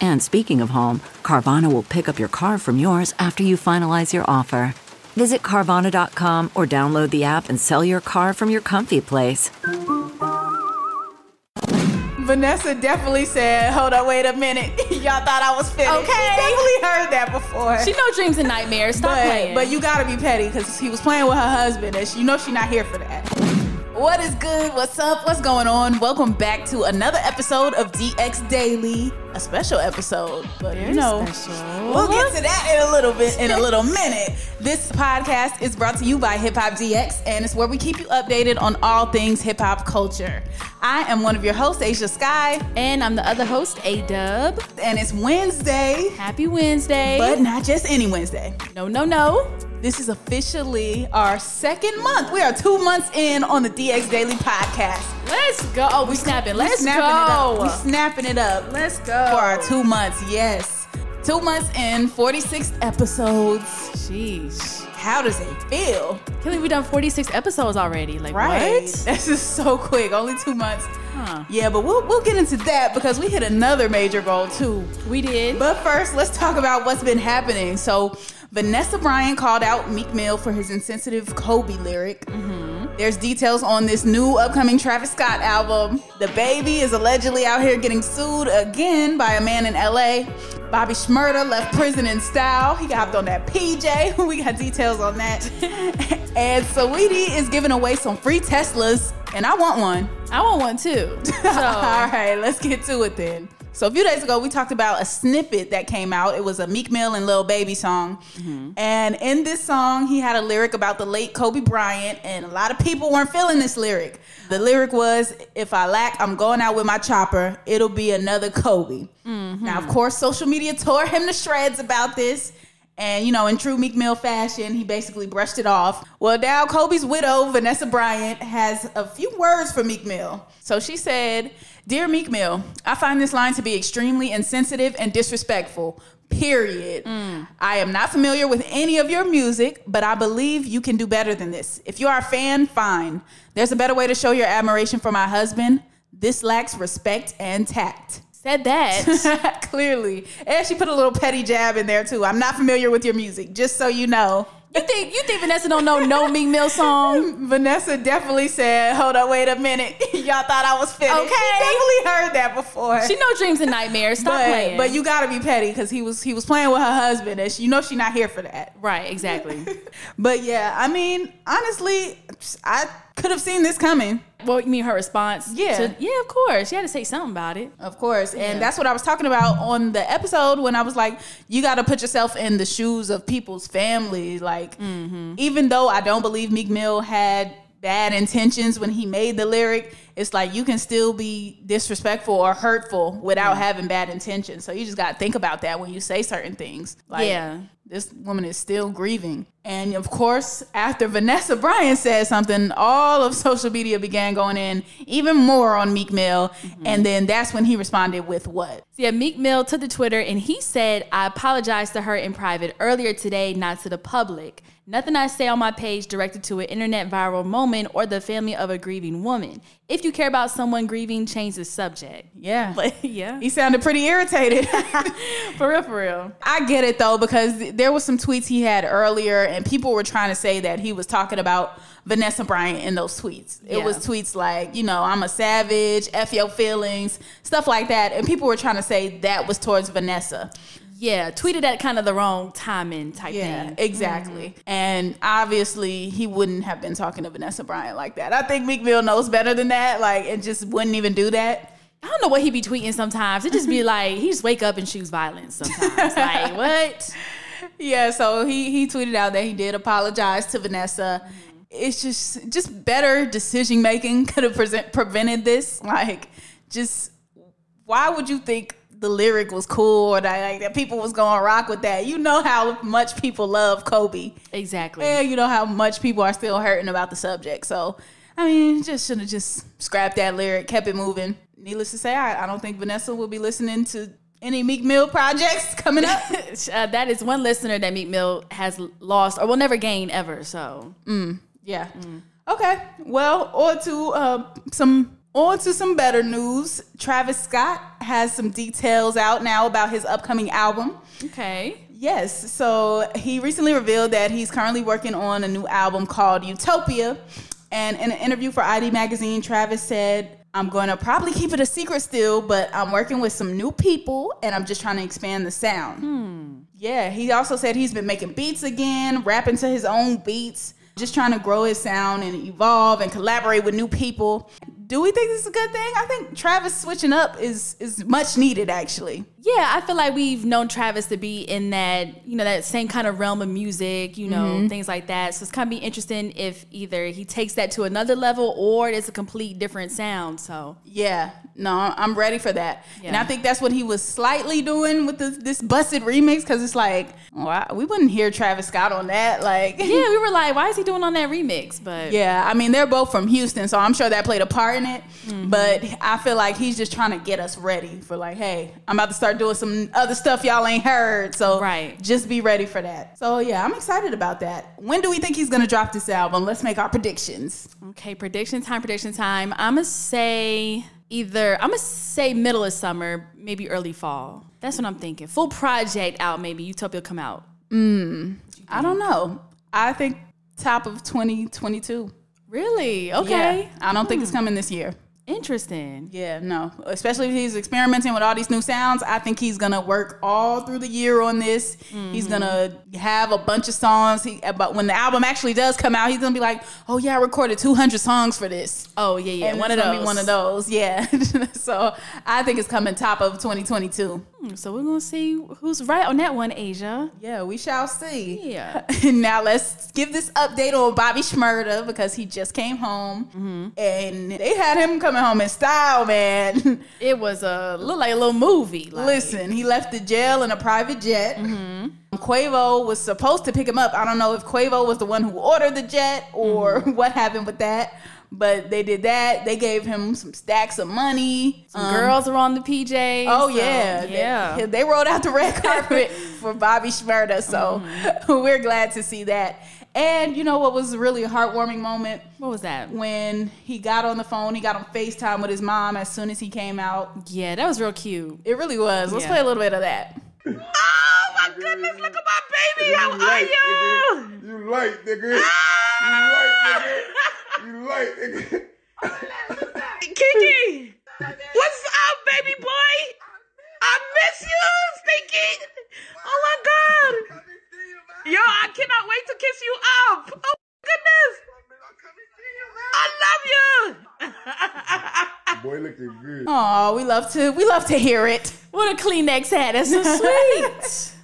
And speaking of home, Carvana will pick up your car from yours after you finalize your offer. Visit Carvana.com or download the app and sell your car from your comfy place. Vanessa definitely said, "Hold up, wait a minute. Y'all thought I was finished." Okay. she definitely heard that before. She know dreams and nightmares. Stop but, playing. but you gotta be petty because he was playing with her husband, and she, you know she not here for that. What is good? What's up? What's going on? Welcome back to another episode of DX Daily, a special episode, but you know we'll get to that in a little bit, in a little minute. This podcast is brought to you by Hip Hop DX, and it's where we keep you updated on all things hip hop culture. I am one of your hosts, Asia Sky, and I'm the other host, A Dub. and it's Wednesday, Happy Wednesday. but not just any Wednesday. no, no, no. This is officially our second month. We are two months in on the DX Daily podcast. Let's go. Oh, we snapping. Let's we snapping go. It up. We snapping it up. Let's go. For our two months, yes. Two months in, 46 episodes. Sheesh. How does it feel? Kelly, we've done 46 episodes already. Like, what? This is so quick. Only two months. Huh. Yeah, but we'll, we'll get into that because we hit another major goal too. We did. But first, let's talk about what's been happening. So, Vanessa Bryan called out Meek Mill for his insensitive Kobe lyric. There's details on this new upcoming Travis Scott album. The baby is allegedly out here getting sued again by a man in LA. Bobby Schmurda left prison in style. He hopped on that PJ. We got details on that. and Saweetie is giving away some free Teslas, and I want one. I want one too. All So, right, let's get to it then. So a few days ago, we talked about a snippet that came out. It was a Meek Mill and Lil Baby song, and in this song, he had a lyric about the late Kobe Bryant, and a lot of people weren't feeling this lyric. The lyric was, "If I lack, I'm going out with my chopper. It'll be another Kobe." Now, of course, social media tore him to shreds about this. And you know, in true Meek Mill fashion, he basically brushed it off. Well, now Kobe's widow, Vanessa Bryant, has a few words for Meek Mill. So she said, Dear Meek Mill, I find this line to be extremely insensitive and disrespectful. Period. I am not familiar with any of your music, but I believe you can do better than this. If you are a fan, fine. There's a better way to show your admiration for my husband. This lacks respect and tact. said that. Clearly. And she put a little petty jab in there too. I'm not familiar with your music, just so you know. You think you think Vanessa don't know no Meek Mill song? Vanessa definitely said, Hold up, wait a minute. Y'all thought I was finished. Okay. She definitely heard that before. She know dreams and nightmares. Stop but, playing. but you gotta be petty because he was he was playing with her husband and she, you know she not here for that. right, exactly. But yeah, I mean, honestly, I could have seen this coming. well, you mean her response? Yeah. to- yeah, of course. She had to say something about it. Of course. And Yeah. that's what I was talking about on the episode when I was like, you got to put yourself in the shoes of people's families. Like, even though I don't believe Meek Mill had bad intentions when he made the lyric, it's like you can still be disrespectful or hurtful without having bad intentions. So you just got to think about that when you say certain things. Like, Yeah. this woman is still grieving. And of course, after Vanessa Bryan said something, all of social media began going in even more on Meek Mill. Mm-hmm. And then that's when he responded with what? So yeah, Meek Mill took to Twitter and he said, I apologized to her in private earlier today, not to the public. Nothing I say on my page directed to an internet viral moment or the family of a grieving woman. If you care about someone grieving, change the subject. Yeah. yeah. He sounded pretty irritated. For real, for real. I get it though because there was some tweets he had earlier, and people were trying to say that he was talking about Vanessa Bryant in those tweets. It Yeah. was tweets like, you know, I'm a savage, f your feelings, stuff like that, and people were trying to say that was towards Vanessa. yeah, tweeted at kind of the wrong timing type Yeah, thing. exactly. And obviously, he wouldn't have been talking to Vanessa Bryant like that. I think Meek Mill knows better than that. Like, and just wouldn't even do that. I don't know what he be tweeting sometimes. It just be like he just wake up and choose violence sometimes. like what? Yeah. So he he tweeted out that he did apologize to Vanessa. It's just just better decision making could have present, prevented this. Like, just why would you think the lyric was cool or that like that people was going to rock with that? You know how much people love Kobe. Exactly. Yeah, you know how much people are still hurting about the subject. So, I mean, just should have just scrapped that lyric, kept it moving. Needless to say, I, I don't think Vanessa will be listening to any Meek Mill projects coming up. Uh, that is one listener that Meek Mill has lost or will never gain ever. So yeah. Okay. Well, on to uh, some on to some better news. Travis Scott has some details out now about his upcoming album. okay, Yes. So he recently revealed that he's currently working on a new album called Utopia. And in an interview for ID Magazine, Travis said, I'm going to probably keep it a secret still, but I'm working with some new people and I'm just trying to expand the sound. Yeah. He also said he's been making beats again, rapping to his own beats, just trying to grow his sound and evolve and collaborate with new people. Do we think this is a good thing? I think Travis switching up is is much needed actually. yeah, I feel like we've known Travis to be in that you know that same kind of realm of music, you know Mm-hmm. things like that. So it's kind of be interesting if either he takes that to another level or it's a complete different sound. So Yeah, no, I'm ready for that, and Yeah. I think that's what he was slightly doing with this, this busted remix because it's like, wow, we wouldn't hear Travis Scott on that. Like, yeah, we were like, why is he doing on that remix? But yeah, I mean they're both from Houston, so I'm sure that played a part in it. Mm-hmm. But I feel like he's just trying to get us ready for like, hey, I'm about to start doing some other stuff y'all ain't heard, so Right. just be ready for that. So yeah, I'm excited about that. When do we think he's gonna drop this album? Let's make our predictions. Okay, prediction time, prediction time. I'm gonna say either I'm gonna say middle of summer, maybe early fall. That's what I'm thinking. Full project out, maybe Utopia come out. I don't know. I think top of 2022. Really? Okay. Okay. I don't think it's coming this year. Interesting. Yeah, no. Especially if he's experimenting with all these new sounds. I think he's gonna work all through the year on this. He's gonna have a bunch of songs. He, but when the album actually does come out, he's gonna be like, "Oh yeah, I recorded 200 songs for this." Oh yeah, yeah. And one it's of gonna those. Be one of those. Yeah. so I think it's coming top of 2022. those. So we're gonna see who's right on that one, Asia. Yeah, we shall see. Yeah. now let's give this update on Bobby Schmurda because he just came home and they had him coming home in style, man. It was a look like a little movie. Like, Mm-hmm. Listen, he left the jail in a private jet. Um, Quavo was supposed to pick him up. I don't know if Quavo was the one who ordered the jet or Mm-hmm. what happened with that, but they did that. They gave him some stacks of money. some girls are on the PJs. Oh so, yeah, They- yeah. They, rolled out the red carpet for Bobby Schmurda, so Mm-hmm. we're glad to see that. And you know what was really a heartwarming moment what was that? when he got on the phone. He got on Facetime with his mom as soon as he came out. Yeah, that was real cute. It really was. Let's Yeah. play a little bit of that. Oh my goodness, look at my baby. How are light, you? nigga. You light, nigga. You light, nigga. You light, nigga. Kiki, what's up, baby boy? I miss you, Stinky. Oh my god. Yo, I cannot wait to kiss you up. Oh my goodness. I love you. Boy looking good. Oh, we love to we love to hear it. What a Kleenex hat. That's so sweet.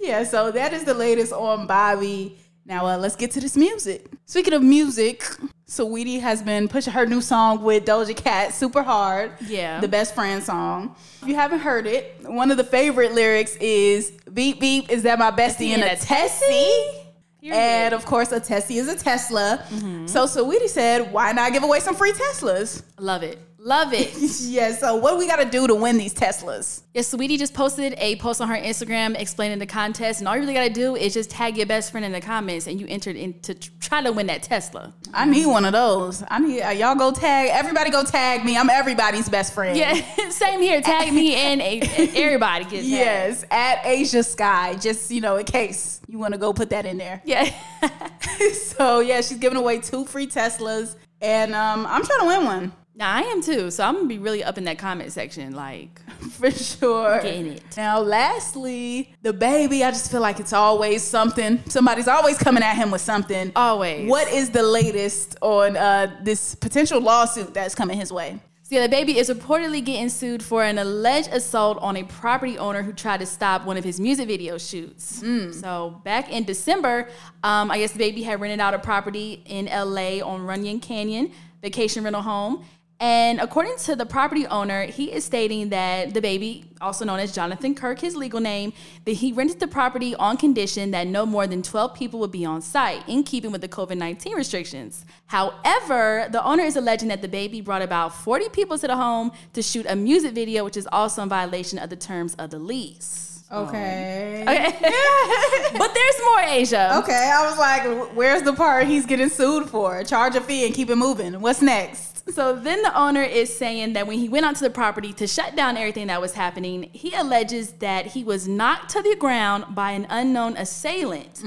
Yeah, so that is the latest on Bobby. Now uh, let's get to this music. Speaking of music, Saweetie has been pushing her new song with Doja Cat super hard. Yeah. The best friend song. If you haven't heard it, one of the favorite lyrics is Beep Beep, is that my bestie in in a a Tessie? Period. Mm-hmm. And of course, a Tessie is a Tesla. So Saweetie said, why not give away some free Teslas? Love it. Love it. Yeah, so what do we gotta do to win these Teslas? yeah, Sweetie just posted a post on her Instagram explaining the contest, and all you really gotta do is just tag your best friend in the comments, and you entered in to tr- try to win that Tesla. I need one of those. I need uh, y'all go tag everybody. Go tag me. I'm everybody's best friend. Yeah, same here. Tag me and a- and everybody gets tagged. Yes, at Asia Sky. Just you know, in case you want to go put that in there. Yeah. so yeah, she's giving away two free Teslas, and um, I'm trying to win one. Now I am too, so I'm gonna be really up in that comment section, like for sure. Getting it. Now, lastly, the baby. I just feel like it's always something. Somebody's always coming at him with something. Always. What is the latest on uh, this potential lawsuit that's coming his way? So yeah, the baby is reportedly getting sued for an alleged assault on a property owner who tried to stop one of his music video shoots. So back in December, um, I guess the baby had rented out a property in LA on Runyon Canyon vacation rental home. And according to the property owner, he is stating that the baby, also known as Jonathan Kirk, his legal name, that he rented the property on condition that no more than 12 people would be on site, in keeping with the COVID 19 restrictions. However, the owner is alleging that the baby brought about 40 people to the home to shoot a music video, which is also in violation of the terms of the lease. Okay. Okay. but there's more, Asia. Okay, I was like, where's the part he's getting sued for? Charge a fee and keep it moving. What's next? So then the owner is saying that when he went onto the property to shut down everything that was happening, he alleges that he was knocked to the ground by an unknown assailant.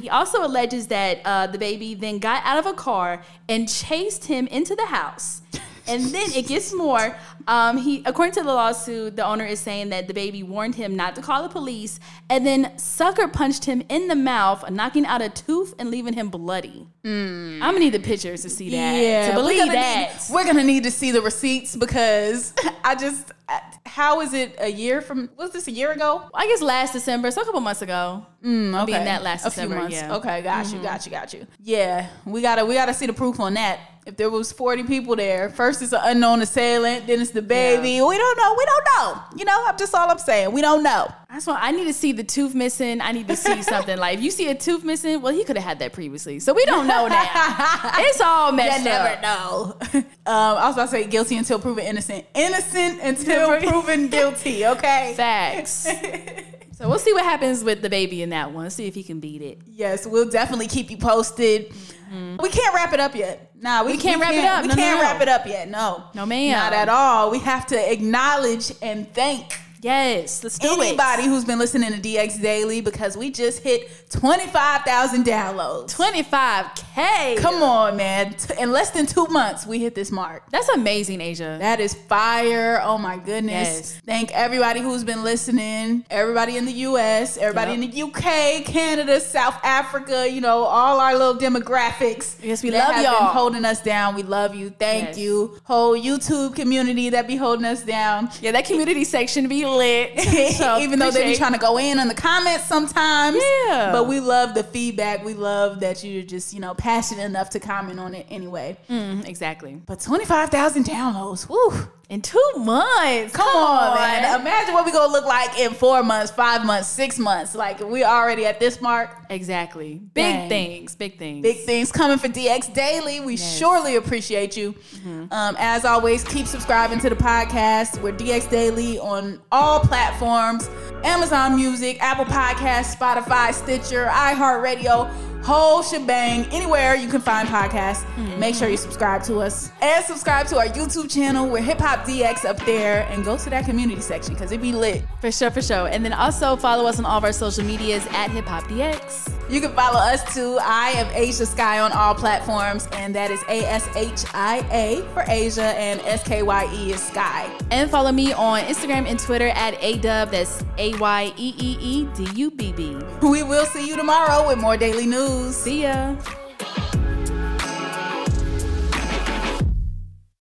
He also alleges that uh, the baby then got out of a car and chased him into the house. And then it gets more. Um, he, according to the lawsuit, the owner is saying that the baby warned him not to call the police, and then sucker punched him in the mouth, knocking out a tooth and leaving him bloody. I'm gonna need the pictures to see that. to we're believe Hmm. gonna that. Need, we're gonna need to see the receipts because I just, how is it a year from? Was this a year ago? I guess last December, so a couple months ago. Mm, Hmm, Okay. Being that last a December, few months. yeah. Okay, got you, got you, got you. Yeah, we gotta we gotta see the proof on that. If there was forty people there, first it's an unknown assailant, then it's the baby. We don't know. We don't know. You know, I'm just all I'm saying. We don't know. I just want, I need to see the tooth missing. I need to see something like if you see a tooth missing, well, he could have had that previously, so we don't know now. it's all messed You never up. know. um, I was about to say guilty until proven innocent. Innocent until proven guilty. Okay. Facts. so we'll see what happens with the baby in that one. See if he can beat it. Yes, we'll definitely keep you posted. We can't wrap it up yet. Nah, we, Mm-hmm. can't wrap it up. We No, no, can't no. wrap it up yet. No. No, ma'am. Not at all. We have to acknowledge and thank Yes, let's do it. anybody who's been listening to DX Daily because we just hit 25,000 downloads. 25k. Come on, man. T- In less than two months, we hit this mark. that's amazing, Asia. That is fire. Oh my goodness. Yes. Thank everybody who's been listening. Everybody in the US, everybody Yep. in the UK, Canada, South Africa, you know, all our little demographics. Yes, we that love have y'all. Been holding us down. We love you. Thank Yes. you. Whole YouTube community that be holding us down. yeah, that community section be lit. Even though they be trying to go in on the comments sometimes. Yeah. But we love the feedback. We love that you're just, you know, passionate enough to comment on it anyway. Mm. exactly But 25,000 downloads. Woo. in two months. Come on, man. Imagine what we gonna look like in four months, five months, six months. Like we already at this mark. Exactly. Big Dang. things. Big things. Big things coming for DX Daily. We surely appreciate you. Um, as always, keep subscribing to the podcast. We're DX Daily on all platforms Amazon Music, Apple Podcasts, Spotify, Stitcher, iHeartRadio, whole shebang. Anywhere you can find podcasts, make sure you subscribe to us. And subscribe to our YouTube channel. We're Hip Hop DX up there. And go to that community section because it be lit. For sure, for sure. And then also follow us on all of our social medias at Hip Hop DX. You can follow us too. I am Asia Sky on all platforms, and that is A S H I A for Asia, and S K Y E is Sky. And follow me on Instagram and Twitter at ADub. That's A Y E E E D U B B. We will see you tomorrow with more daily news. See ya.